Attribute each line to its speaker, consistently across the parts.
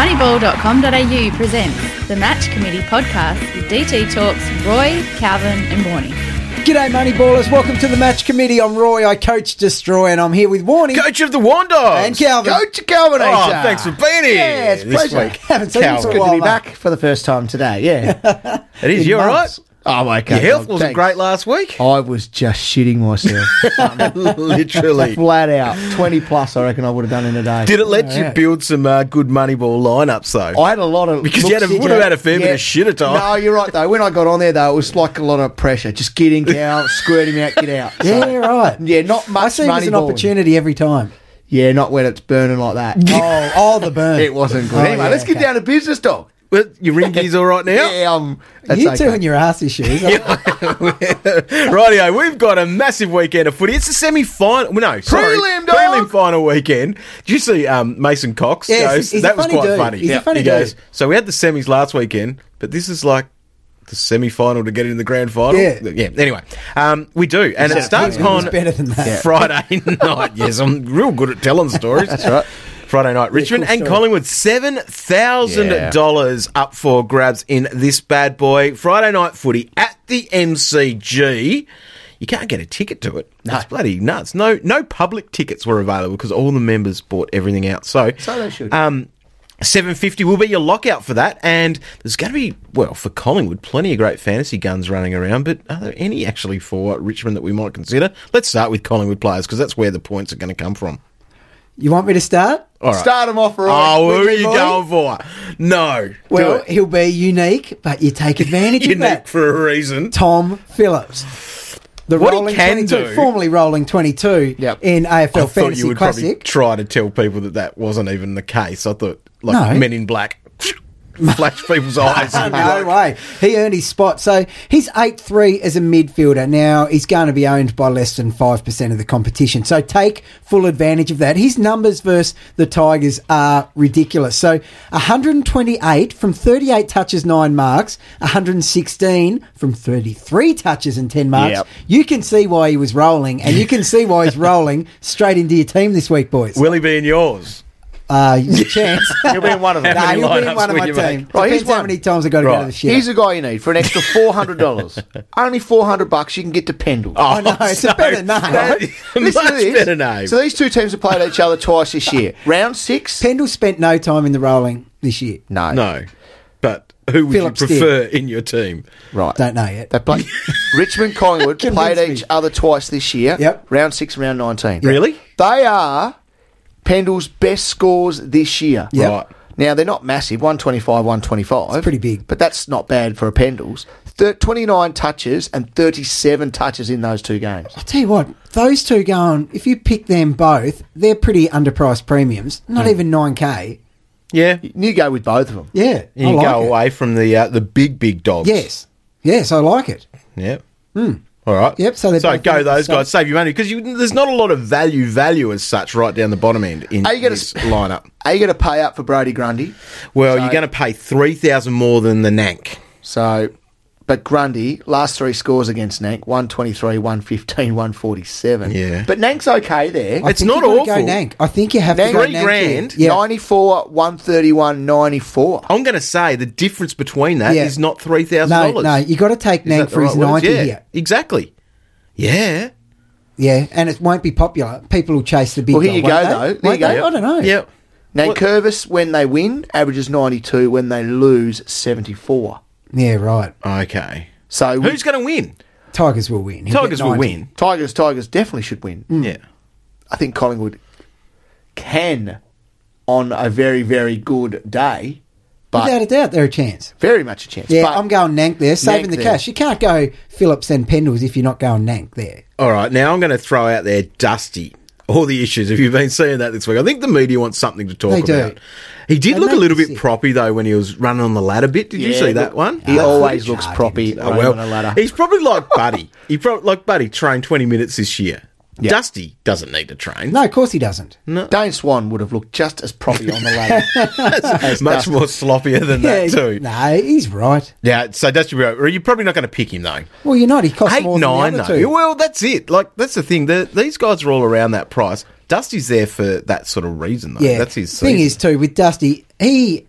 Speaker 1: Moneyball.com.au presents the Match Committee podcast with DT Talks Roy, Calvin, and Warney.
Speaker 2: G'day, Moneyballers. Welcome to the Match Committee. I'm Roy. I coach Destroy, and I'm here with Warning.
Speaker 3: Coach of the Wanderers.
Speaker 2: And Calvin.
Speaker 4: Coach Calvinator.
Speaker 3: Oh, thanks for being here.
Speaker 4: Yeah, it's a
Speaker 3: this
Speaker 4: pleasure.
Speaker 3: week.
Speaker 2: Haven't seen him
Speaker 4: It's
Speaker 2: for a
Speaker 4: good
Speaker 2: while.
Speaker 4: to be
Speaker 2: mate.
Speaker 4: back for the first time today. Yeah. Oh,
Speaker 3: It is. You all right?
Speaker 4: Months. I'm okay.
Speaker 3: Your health
Speaker 4: Dom,
Speaker 3: wasn't
Speaker 4: thanks. Oh.
Speaker 3: great last week.
Speaker 4: I was just shitting myself.
Speaker 3: Literally.
Speaker 4: Flat out. 20 plus, I reckon I would have done in a day.
Speaker 3: Did it let
Speaker 4: Yeah.
Speaker 3: you build some uh, good Moneyball lineups though?
Speaker 4: I had a lot of
Speaker 3: Because you had a-
Speaker 4: looks at
Speaker 3: would have
Speaker 4: you.
Speaker 3: had a fair bit of shit at times.
Speaker 4: No, you're right though. When I got on there though, it was like a lot of pressure. Just get in, get out, squirt him out, get out. So,
Speaker 2: Yeah, right.
Speaker 4: yeah, not much
Speaker 2: I see it as
Speaker 4: money
Speaker 2: an
Speaker 4: balling.
Speaker 2: opportunity every time.
Speaker 4: Yeah, not when it's burning like that.
Speaker 2: Oh, oh the burn.
Speaker 4: it wasn't
Speaker 3: Oh,
Speaker 4: good. anyway,
Speaker 2: yeah,
Speaker 4: let's get
Speaker 2: okay.
Speaker 4: down to business, dog.
Speaker 3: Well, your ringy's all right now.
Speaker 4: Yeah, um, that's
Speaker 2: you two
Speaker 4: okay.
Speaker 2: and your ass issues. I-
Speaker 3: Rightio, we've got a massive weekend of footy. It's the semi final. No, sorry,
Speaker 4: Prelim, dog.
Speaker 3: prelim final weekend. Did you see um, Mason Cox?
Speaker 2: Yeah, he's-
Speaker 3: goes,
Speaker 2: he's a
Speaker 3: that was
Speaker 2: funny
Speaker 3: quite
Speaker 2: dude.
Speaker 3: funny.
Speaker 2: He's a funny
Speaker 3: he goes.
Speaker 2: dude.
Speaker 3: So we had the semis last weekend, but this is like the semi final to get in the grand final.
Speaker 2: Yeah.
Speaker 3: Anyway, um, we do, and it
Speaker 2: He's
Speaker 3: starts
Speaker 2: better
Speaker 3: on
Speaker 2: than that.
Speaker 3: Friday night. Yes, I'm real good at telling stories. That's right. Friday night, Richmond
Speaker 2: cool
Speaker 3: and
Speaker 2: story.
Speaker 3: Collingwood, seven thousand dollars up for grabs in this bad boy. Friday night footy at the MCG. You can't get a ticket to it. No. It's bloody nuts. No, no public tickets were available because all the members bought everything out. So,
Speaker 4: So they should.
Speaker 3: Um, 750 will be your lockout for that. And there's going to be, well, for Collingwood, plenty of great fantasy guns running around, but are there any actually for Richmond that we might consider? Let's start with Collingwood players because that's where the points are going to come from.
Speaker 2: you want me to start?
Speaker 3: All right.
Speaker 4: Start 'em off right.
Speaker 3: Oh, who
Speaker 4: Whitney
Speaker 3: are you
Speaker 4: boy.
Speaker 3: going for? No.
Speaker 2: Well,
Speaker 3: Do it.
Speaker 2: he'll be unique, but you take advantage of
Speaker 3: Unique
Speaker 2: that.
Speaker 3: for a reason.
Speaker 2: Tom Phillips. The
Speaker 3: What he
Speaker 2: rolling
Speaker 3: can
Speaker 2: 22,
Speaker 3: do-
Speaker 2: formerly rolling 22
Speaker 4: Yep.
Speaker 2: in AFL
Speaker 3: I thought
Speaker 2: Fantasy
Speaker 3: you would probably
Speaker 2: Classic.
Speaker 3: try to tell people that that wasn't even the case. I thought, like,
Speaker 2: No.
Speaker 3: men in black flash people's eyes. and be
Speaker 2: no
Speaker 3: like,
Speaker 2: way. He earned his spot. So he's 8 3 as a midfielder. Now he's going to be owned by less than 5% of the competition. So take full advantage of that. His numbers versus the Tigers are ridiculous. So 128 from 38 touches, 9 marks, 116 from 33 touches and 10 marks.
Speaker 4: Yep.
Speaker 2: You can see why he was rolling, and you can see why he's rolling straight into your team this week, boys.
Speaker 3: Will he be in yours?
Speaker 2: Uh, your chance.
Speaker 4: You'll be in one of them.
Speaker 2: Nah,
Speaker 3: How many
Speaker 2: he'll be in
Speaker 3: lineups
Speaker 2: one of
Speaker 3: will
Speaker 2: my
Speaker 3: you
Speaker 2: team.
Speaker 3: make?
Speaker 2: Depends
Speaker 4: Right, here's
Speaker 2: how
Speaker 4: one.
Speaker 2: many times I've got to go
Speaker 3: Right.
Speaker 2: to the shit.
Speaker 4: Here's a guy you need for an extra four hundred dollars. Only four hundred bucks, you can get to Pendle.
Speaker 3: Oh,
Speaker 2: know, it's a better name.
Speaker 3: that is a
Speaker 4: Listen to
Speaker 3: much
Speaker 4: this.
Speaker 3: better name.
Speaker 4: So these two teams have played each other twice this year. Round six,
Speaker 2: Pendle spent no time in the rolling this year.
Speaker 4: no,
Speaker 3: no, but who would
Speaker 2: Phillips
Speaker 3: you
Speaker 2: did.
Speaker 3: prefer in your team?
Speaker 4: right.
Speaker 2: Don't know yet.
Speaker 4: They played Richmond Collingwood
Speaker 2: Convince
Speaker 4: played
Speaker 2: me.
Speaker 4: each other twice this year.
Speaker 2: Yep.
Speaker 4: Round six, round nineteen.
Speaker 3: Really?
Speaker 4: They are Pendle's best scores this year.
Speaker 2: Yep.
Speaker 3: Right.
Speaker 4: Now they're not massive, 125, 125.
Speaker 2: It's pretty big.
Speaker 4: But that's not bad for a Pendles. Thir- 29 touches and 37 touches in those two games.
Speaker 2: I'll tell you what, those two going, if you pick them both, they're pretty underpriced premiums. Not even 9K.
Speaker 3: Yeah,
Speaker 4: You go with both of them.
Speaker 2: Yeah.
Speaker 3: you
Speaker 2: I like
Speaker 3: go
Speaker 2: it.
Speaker 3: away from the uh, the big big dogs.
Speaker 2: Yes. Yes, I like it.
Speaker 3: Yeah. All right.
Speaker 2: Hmm. Yep, so they're
Speaker 3: so
Speaker 2: both
Speaker 3: go
Speaker 2: in the
Speaker 3: those
Speaker 2: same-
Speaker 3: guys. Save you money because you, there's not a lot of value value as such right down the bottom end in
Speaker 4: Are you gonna
Speaker 3: this
Speaker 4: sp-
Speaker 3: lineup.
Speaker 4: Are you going to pay up for Brody Grundy?
Speaker 3: Well,
Speaker 4: So-
Speaker 3: you're going to pay three thousand more than the Nank.
Speaker 4: So, but Grundy, last three scores against Nank 123, 115, 147.
Speaker 3: Yeah.
Speaker 4: But Nank's okay there.
Speaker 2: I
Speaker 3: It's
Speaker 2: think
Speaker 3: not
Speaker 2: you gotta
Speaker 3: awful.
Speaker 2: Go Nank. I think you have
Speaker 4: Nank-
Speaker 2: to go
Speaker 3: Three
Speaker 2: Nank here.
Speaker 3: grand?
Speaker 2: Yeah.
Speaker 4: 94, 131, 94.
Speaker 3: I'm going to say the difference between that is
Speaker 2: Yeah.
Speaker 3: not three thousand
Speaker 2: no,
Speaker 3: dollars.
Speaker 2: no, you got to take Nank for his 90
Speaker 3: yeah,
Speaker 2: here.
Speaker 3: Exactly. Yeah.
Speaker 2: Yeah, and it won't be popular. People will chase the big
Speaker 4: Well, here
Speaker 2: dog,
Speaker 4: you
Speaker 2: won't
Speaker 4: go,
Speaker 2: they?
Speaker 4: though. There
Speaker 2: Won't
Speaker 4: you
Speaker 2: they?
Speaker 4: go.
Speaker 2: I don't know.
Speaker 3: Yep.
Speaker 4: Now,
Speaker 3: What-
Speaker 4: Curvis, when they win, averages 92. When they lose, 74.
Speaker 2: Yeah, right.
Speaker 3: Okay.
Speaker 4: So, we-
Speaker 3: Who's going to win?
Speaker 2: Tigers will win. He'll
Speaker 3: Tigers
Speaker 2: get
Speaker 3: will
Speaker 2: 90.
Speaker 3: win.
Speaker 4: Tigers, Tigers definitely should win.
Speaker 3: Yeah.
Speaker 4: I think Collingwood can on a very, very good day, but
Speaker 2: Without a doubt, they're a chance.
Speaker 4: very much a chance.
Speaker 2: Yeah,
Speaker 4: but
Speaker 2: I'm going Nank there, saving
Speaker 4: Nank
Speaker 2: the
Speaker 4: there.
Speaker 2: cash. You can't go Phillips and Pendles if you're not going Nank there.
Speaker 3: All right, now I'm going to throw out there Dusty. All the issues. Have you been seeing that this week? I think the media wants something to talk
Speaker 2: They do.
Speaker 3: about. He did
Speaker 2: They
Speaker 3: look a
Speaker 2: make
Speaker 3: little
Speaker 2: me
Speaker 3: bit
Speaker 2: sick.
Speaker 3: proppy though when he was running on the ladder bit. Did you
Speaker 4: Yeah,
Speaker 3: see
Speaker 4: look,
Speaker 3: that one?
Speaker 4: He always looks uh,
Speaker 2: I
Speaker 4: proppy.
Speaker 3: Oh, well,
Speaker 4: on a ladder.
Speaker 3: he's probably like Buddy. He probably like Buddy trained 20 minutes this year. Dusty doesn't need to train.
Speaker 2: No, of course he doesn't.
Speaker 4: Dane Swan would have looked just as proppy on the ladder.
Speaker 3: That's much
Speaker 4: Dusty.
Speaker 3: more sloppier than
Speaker 2: Yeah,
Speaker 3: that
Speaker 2: he-
Speaker 3: too.
Speaker 2: no, he's right.
Speaker 3: Yeah, so Dusty, you're probably not going to pick him though.
Speaker 2: Well, you're not. He costs
Speaker 3: Eight
Speaker 2: more than
Speaker 3: nine
Speaker 2: the
Speaker 3: though.
Speaker 2: other two.
Speaker 3: Well, that's it. Like that's the thing. The, these guys are all around that price. Dusty's there for that sort of reason, though.
Speaker 2: Yeah,
Speaker 3: That's his
Speaker 2: thing
Speaker 3: season.
Speaker 2: is too with Dusty. He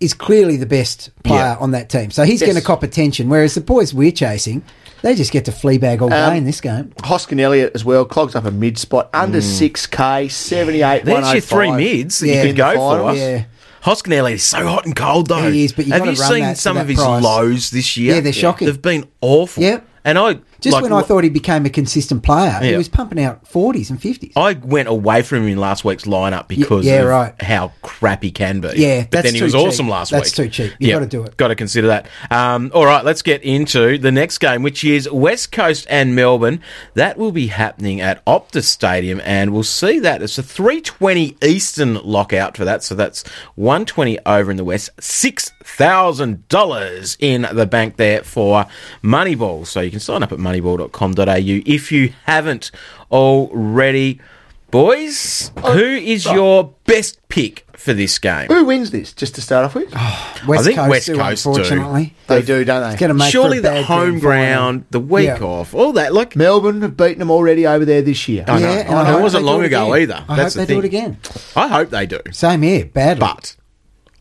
Speaker 2: is clearly the best player
Speaker 3: Yeah.
Speaker 2: on that team, so he's
Speaker 4: Yes.
Speaker 2: going to cop attention. Whereas the boys we're chasing, they just get to fleabag all
Speaker 3: Um,
Speaker 2: day in this game.
Speaker 4: Hoskin Elliott as well clogs up a mid spot under six k oh seventy eight.
Speaker 3: Mm. There's your three mids that
Speaker 2: oh Yeah.
Speaker 3: you could go for.
Speaker 2: yeah.
Speaker 3: Hoskinelli is so hot and cold though.
Speaker 2: He is, but you've
Speaker 3: have
Speaker 2: gotta
Speaker 3: you
Speaker 2: run
Speaker 3: seen
Speaker 2: that-
Speaker 3: some
Speaker 2: that
Speaker 3: of his
Speaker 2: price.
Speaker 3: lows this year?
Speaker 2: Yeah, they're shocking.
Speaker 3: They've been awful.
Speaker 2: Yeah.
Speaker 3: and I
Speaker 2: Just
Speaker 3: like,
Speaker 2: when I
Speaker 3: wh-
Speaker 2: thought he became a consistent player, he
Speaker 3: Yeah.
Speaker 2: was pumping out forties and fifties.
Speaker 3: I went away from him in last week's lineup because
Speaker 2: yeah,
Speaker 3: of
Speaker 2: right.
Speaker 3: how crap he can be.
Speaker 2: Yeah,
Speaker 3: but
Speaker 2: that's
Speaker 3: then he
Speaker 2: too
Speaker 3: was
Speaker 2: cheap.
Speaker 3: awesome last
Speaker 2: That's
Speaker 3: week.
Speaker 2: too cheap. You gotta do it.
Speaker 3: Got to consider that. Um, all right, let's get into the next game, which is West Coast and Melbourne. That will be happening at Optus Stadium, and we'll see that it's a three twenty Eastern lockout for that. So that's one twenty over in the West, six thousand dollars in the bank there for Moneyball. So you can sign up at moneyball.com.au if you haven't already. Boys, who is your best pick for this game?
Speaker 4: Who wins this? Just to start off with,
Speaker 3: Oh,
Speaker 2: West
Speaker 3: think West
Speaker 2: do,
Speaker 3: Coast do.
Speaker 2: unfortunately,
Speaker 4: they do, don't they?
Speaker 2: it's going to make
Speaker 3: Surely
Speaker 2: for a bad grand
Speaker 3: the home
Speaker 2: final.
Speaker 3: ground, the week
Speaker 2: Yeah.
Speaker 3: off, all that. Like,
Speaker 4: Melbourne have beaten them already over there this year.
Speaker 3: I know.
Speaker 2: Yeah, and I
Speaker 3: It
Speaker 2: hope
Speaker 3: wasn't
Speaker 2: they do
Speaker 3: long
Speaker 2: it
Speaker 3: ago
Speaker 2: again.
Speaker 3: either.
Speaker 2: I
Speaker 3: That's
Speaker 2: hope they
Speaker 3: the
Speaker 2: do it
Speaker 3: thing.
Speaker 2: again.
Speaker 3: I hope they do,
Speaker 2: Same here, badly.
Speaker 3: but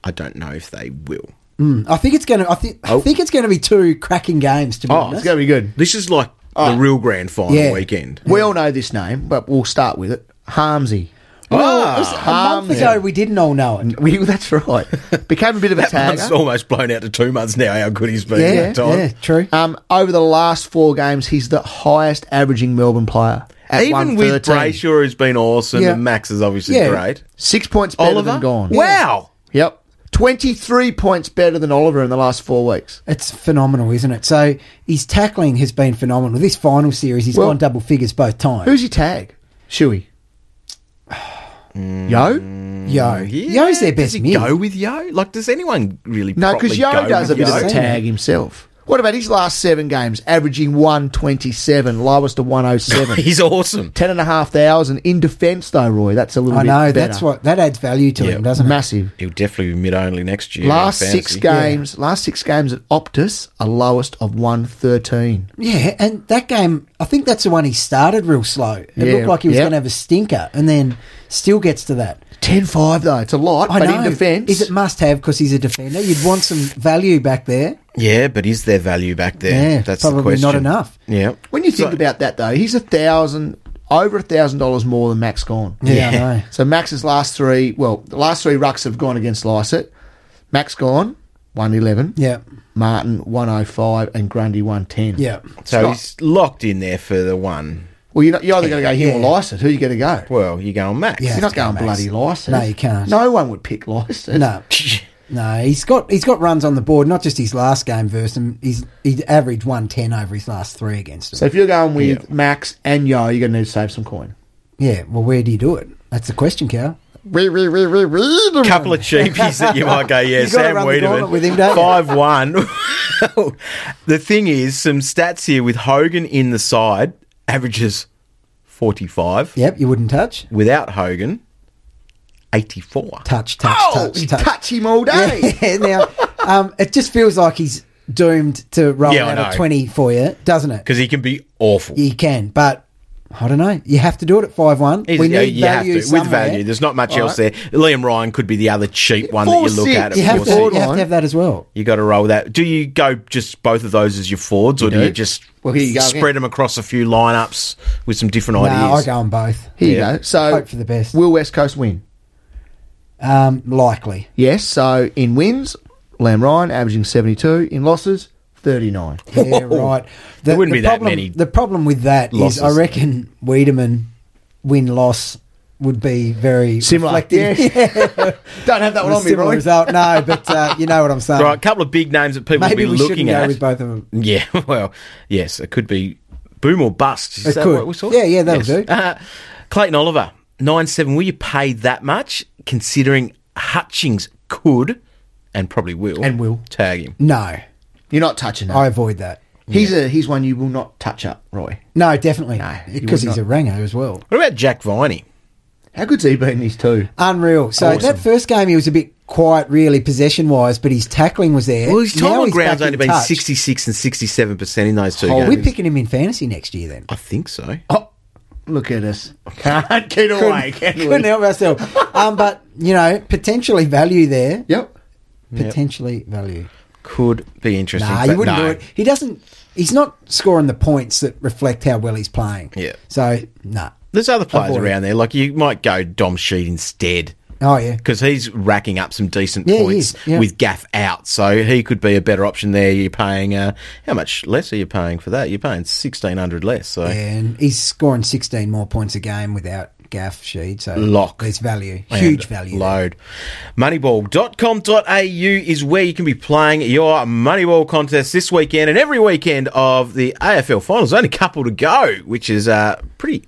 Speaker 3: I don't know if they will.
Speaker 2: Mm, I think it's going to. I think. I think it's going to be two cracking games. To be
Speaker 3: Oh,
Speaker 4: It's
Speaker 2: honest,
Speaker 4: going to be good.
Speaker 3: This is like
Speaker 4: Oh.
Speaker 3: the real grand final
Speaker 2: Yeah.
Speaker 3: weekend.
Speaker 4: We all know this name, but we'll start with it. Harmsy.
Speaker 3: Ah,
Speaker 2: Well, it was a
Speaker 4: Harm-
Speaker 2: month ago we didn't all know it.
Speaker 4: We, that's right. Became a bit of a
Speaker 3: It's
Speaker 4: tagger.
Speaker 3: almost blown out to two months now. How good he's been,
Speaker 2: Yeah,
Speaker 3: that time.
Speaker 2: yeah, true.
Speaker 4: Um, over the last four games, he's the highest averaging Melbourne player. At
Speaker 3: Even with
Speaker 4: 113.
Speaker 3: Brayshaw, who's been awesome,
Speaker 2: Yeah.
Speaker 3: and Max is obviously
Speaker 2: Yeah.
Speaker 3: great.
Speaker 4: Six points better
Speaker 3: Oliver
Speaker 4: than Gone.
Speaker 3: Wow.
Speaker 4: Yep. 23 points better than Oliver in the last four weeks.
Speaker 2: It's phenomenal, isn't it? So his tackling has been phenomenal. This final series, he's
Speaker 4: Well-
Speaker 2: gone double figures both times.
Speaker 4: Who's he tag? Shuey.
Speaker 3: Hmm.
Speaker 4: Yo?
Speaker 2: Yo,
Speaker 3: Yeah.
Speaker 2: Yo's their
Speaker 3: does
Speaker 2: best
Speaker 3: he
Speaker 2: mid.
Speaker 3: Go with Yo? Like, does anyone really?
Speaker 4: No,
Speaker 3: properly
Speaker 4: because Yo
Speaker 3: go
Speaker 4: does a
Speaker 3: with
Speaker 4: bit
Speaker 3: Yo?
Speaker 4: of a tag himself. What about his last seven games, averaging 127, lowest to 107?
Speaker 3: He's awesome.
Speaker 4: Ten and a half thousand in defence, though, Roy. That's a little
Speaker 2: I
Speaker 4: bit
Speaker 2: know
Speaker 4: better.
Speaker 2: that's what that adds value to
Speaker 3: Yeah.
Speaker 2: him, doesn't it?
Speaker 4: Massive.
Speaker 3: He'll definitely be mid only next year. in
Speaker 4: last six
Speaker 3: fantasy.
Speaker 4: games, last six games at Optus, a lowest of 113.
Speaker 2: Yeah, and that game, I think that's the one he started real slow. It
Speaker 4: Yeah,
Speaker 2: looked like he was
Speaker 4: yeah.
Speaker 2: going to have a stinker, and then still gets to that.
Speaker 4: 10-5, though. It's a lot,
Speaker 2: I
Speaker 4: but
Speaker 2: know.
Speaker 4: in defence...
Speaker 2: is it must have because he's a defender? You'd want some value back there.
Speaker 3: Yeah, but is there value back there?
Speaker 2: Yeah,
Speaker 3: That's the
Speaker 2: probably
Speaker 3: question.
Speaker 2: not enough.
Speaker 3: Yeah.
Speaker 4: When you think about that, though, he's a thousand over a thousand dollars more than Max gone.
Speaker 2: Yeah, I know.
Speaker 4: So Max's last three, well, the last three rucks have gone against Lycett. Max gone one eleven.
Speaker 2: Yeah,
Speaker 4: Martin one oh five and Grundy one ten.
Speaker 2: yeah.
Speaker 3: So
Speaker 4: Scott.
Speaker 3: he's locked in there for the one.
Speaker 4: Well, you're, not, you're either going to go him
Speaker 2: Yeah.
Speaker 4: or Lycett. Who you going to go?
Speaker 3: Well, you go on Max.
Speaker 2: Yeah.
Speaker 4: you're not going bloody Lycett.
Speaker 2: No, you can't.
Speaker 4: No one would pick Lycett.
Speaker 2: No, no. He's got he's got runs on the board. Not just his last game versus him. He's he's averaged one ten over his last three against him.
Speaker 4: So if you're going with Max and Yo, you're going to need to save some coin.
Speaker 2: yeah. Well, where do you do it? That's the question, Cal.
Speaker 4: Wee, wee, wee, wee, wee.
Speaker 3: Couple of cheapies that you might go, yeah,
Speaker 2: You gotta
Speaker 3: Sam
Speaker 2: run the
Speaker 3: Wiedemann.
Speaker 2: gauntlet with him, don't you?
Speaker 3: 5 1. the thing is, some stats here with Hogan in the side, averages 45.
Speaker 2: Yep, you wouldn't touch.
Speaker 3: Without Hogan, 84.
Speaker 2: Touch, touch,
Speaker 4: Oh,
Speaker 2: touch,
Speaker 4: you
Speaker 2: touch.
Speaker 4: touch him all day.
Speaker 2: Yeah, now um, it just feels like he's doomed to roll
Speaker 3: Yeah, I
Speaker 2: out a
Speaker 3: know.
Speaker 2: twenty for you, doesn't it?
Speaker 3: Because he can be awful.
Speaker 2: He can, but I don't know. You have to do it at five one.
Speaker 3: He's-
Speaker 2: We
Speaker 3: yeah,
Speaker 2: need
Speaker 3: you have
Speaker 2: value
Speaker 3: to.
Speaker 2: somewhere.
Speaker 3: With value, there's not much else
Speaker 2: Alright.
Speaker 3: there. Liam Ryan could be the other cheap one that you look
Speaker 4: 4-6.
Speaker 3: at. at
Speaker 2: You have, to,
Speaker 3: 4-6.
Speaker 2: you
Speaker 4: Forward
Speaker 2: have to
Speaker 4: line.
Speaker 2: have that as well.
Speaker 3: You got to roll that. Do you go just both of those as your forwards, or do,
Speaker 4: do.
Speaker 3: you just
Speaker 4: Well, here you go
Speaker 3: spread
Speaker 4: again.
Speaker 3: them across a few lineups with some different
Speaker 2: No, I
Speaker 3: ideas?
Speaker 2: go on both.
Speaker 4: Here
Speaker 3: Yeah.
Speaker 4: you go. So
Speaker 2: Hope for the best.
Speaker 4: Will West Coast win?
Speaker 2: Um, likely.
Speaker 4: Yes, so in wins, Lamb Ryan averaging 72, in losses, 39.
Speaker 2: Yeah,
Speaker 3: Whoa.
Speaker 2: right.
Speaker 3: There wouldn't be that
Speaker 2: problem,
Speaker 3: many
Speaker 2: The problem with that is, I
Speaker 3: losses.
Speaker 2: reckon Wiedemann win loss would be very
Speaker 4: Similar.
Speaker 2: reflective.
Speaker 4: Don't have that
Speaker 2: of
Speaker 4: one
Speaker 2: a
Speaker 4: on me,
Speaker 2: similar
Speaker 4: Roy.
Speaker 2: result. No, but uh, you know what I'm saying.
Speaker 3: Right, a couple of big names that people
Speaker 2: Maybe
Speaker 3: will
Speaker 2: we
Speaker 3: be
Speaker 2: shouldn't
Speaker 3: looking
Speaker 2: go
Speaker 3: at.
Speaker 2: with both of them.
Speaker 3: Yeah, well, yes, it could be boom or bust. Is
Speaker 2: It
Speaker 3: that
Speaker 2: could.
Speaker 3: what we saw?
Speaker 2: Yeah, yeah, that'll do.
Speaker 3: Uh, Clayton Oliver, nine seven. Will you pay that much, considering Hutchings could and probably will
Speaker 4: And will.
Speaker 3: tag him?
Speaker 2: No,
Speaker 4: You're not touching that.
Speaker 2: I avoid that.
Speaker 4: he's, a, he's one you will not touch up, Roy.
Speaker 2: No, definitely
Speaker 4: No, you
Speaker 2: because
Speaker 4: would
Speaker 2: he's a ringer as well.
Speaker 3: What about Jack Viney?
Speaker 4: How good's he been these two?
Speaker 2: Unreal. So that first game, he was a bit quiet, really possession wise, but his tackling was there.
Speaker 3: Well, his time
Speaker 2: Now
Speaker 3: on
Speaker 2: he's
Speaker 3: ground's
Speaker 2: back
Speaker 3: only
Speaker 2: in
Speaker 3: been
Speaker 2: touch.
Speaker 3: sixty six and sixty seven percent in those two
Speaker 2: Oh,
Speaker 3: games.
Speaker 2: we're picking him in fantasy next year then.
Speaker 3: I think so.
Speaker 4: Oh, Look at us. Can't get away, can we?
Speaker 2: Couldn't help ourselves. Um, but you know, potentially value there.
Speaker 4: Yep.
Speaker 2: Potentially value.
Speaker 3: Could be interesting.
Speaker 2: Nah,
Speaker 3: but
Speaker 2: you wouldn't
Speaker 3: no.
Speaker 2: do it. He doesn't. He's not scoring the points that reflect how well he's playing.
Speaker 3: Yeah.
Speaker 2: So nah.
Speaker 3: There's other players
Speaker 2: Avoid it.
Speaker 3: around there. Like you might go Dom Sheed instead
Speaker 2: Oh yeah.
Speaker 3: because he's racking up some decent
Speaker 2: Yeah, he
Speaker 3: points
Speaker 2: is, yeah.
Speaker 3: with Gaff out, so he could be a better option there. You're paying uh, how much less are you paying for that? You're paying sixteen hundred less. So
Speaker 2: And he's scoring 16 more points a game without Gaff Sheed. So
Speaker 3: Lock.
Speaker 2: There's value.
Speaker 3: and
Speaker 2: Huge value. there.
Speaker 3: Load. Moneyball.com.au is where you can be playing your Moneyball contest this weekend and every weekend of the AFL finals. Only a couple to go, which is uh, pretty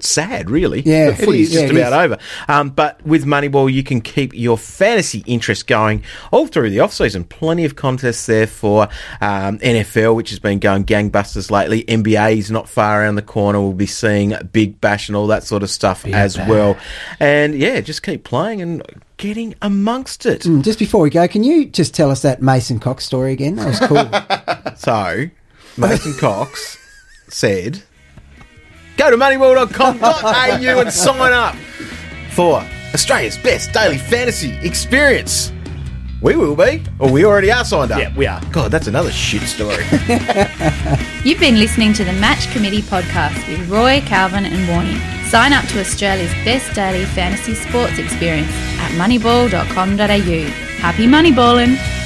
Speaker 3: sad, really.
Speaker 2: Yeah,
Speaker 3: the
Speaker 2: it
Speaker 3: footy's
Speaker 2: is. Yeah,
Speaker 3: just
Speaker 2: it
Speaker 3: about over. Um, but with Moneyball, you can keep your fantasy interest going all through the off season. Plenty of contests there for um, NFL, which has been going gangbusters lately. NBA is not far around the corner. We'll be seeing Big Bash and all that sort of stuff as well. And yeah, just keep playing and getting amongst it.
Speaker 2: Mm, Just before we go, can you just tell us that Mason Cox story again? That was cool.
Speaker 3: So, Mason Cox said, go to moneyball.com.au and sign up for Australia's best daily fantasy experience. We will be, or we already are signed up.
Speaker 4: Yeah, we are.
Speaker 3: God, that's another shit story.
Speaker 1: You've been listening to the Match Committee podcast with Roy, Calvin, and Warney. Sign up to Australia's best daily fantasy sports experience at moneyball.com.au. Happy moneyballing!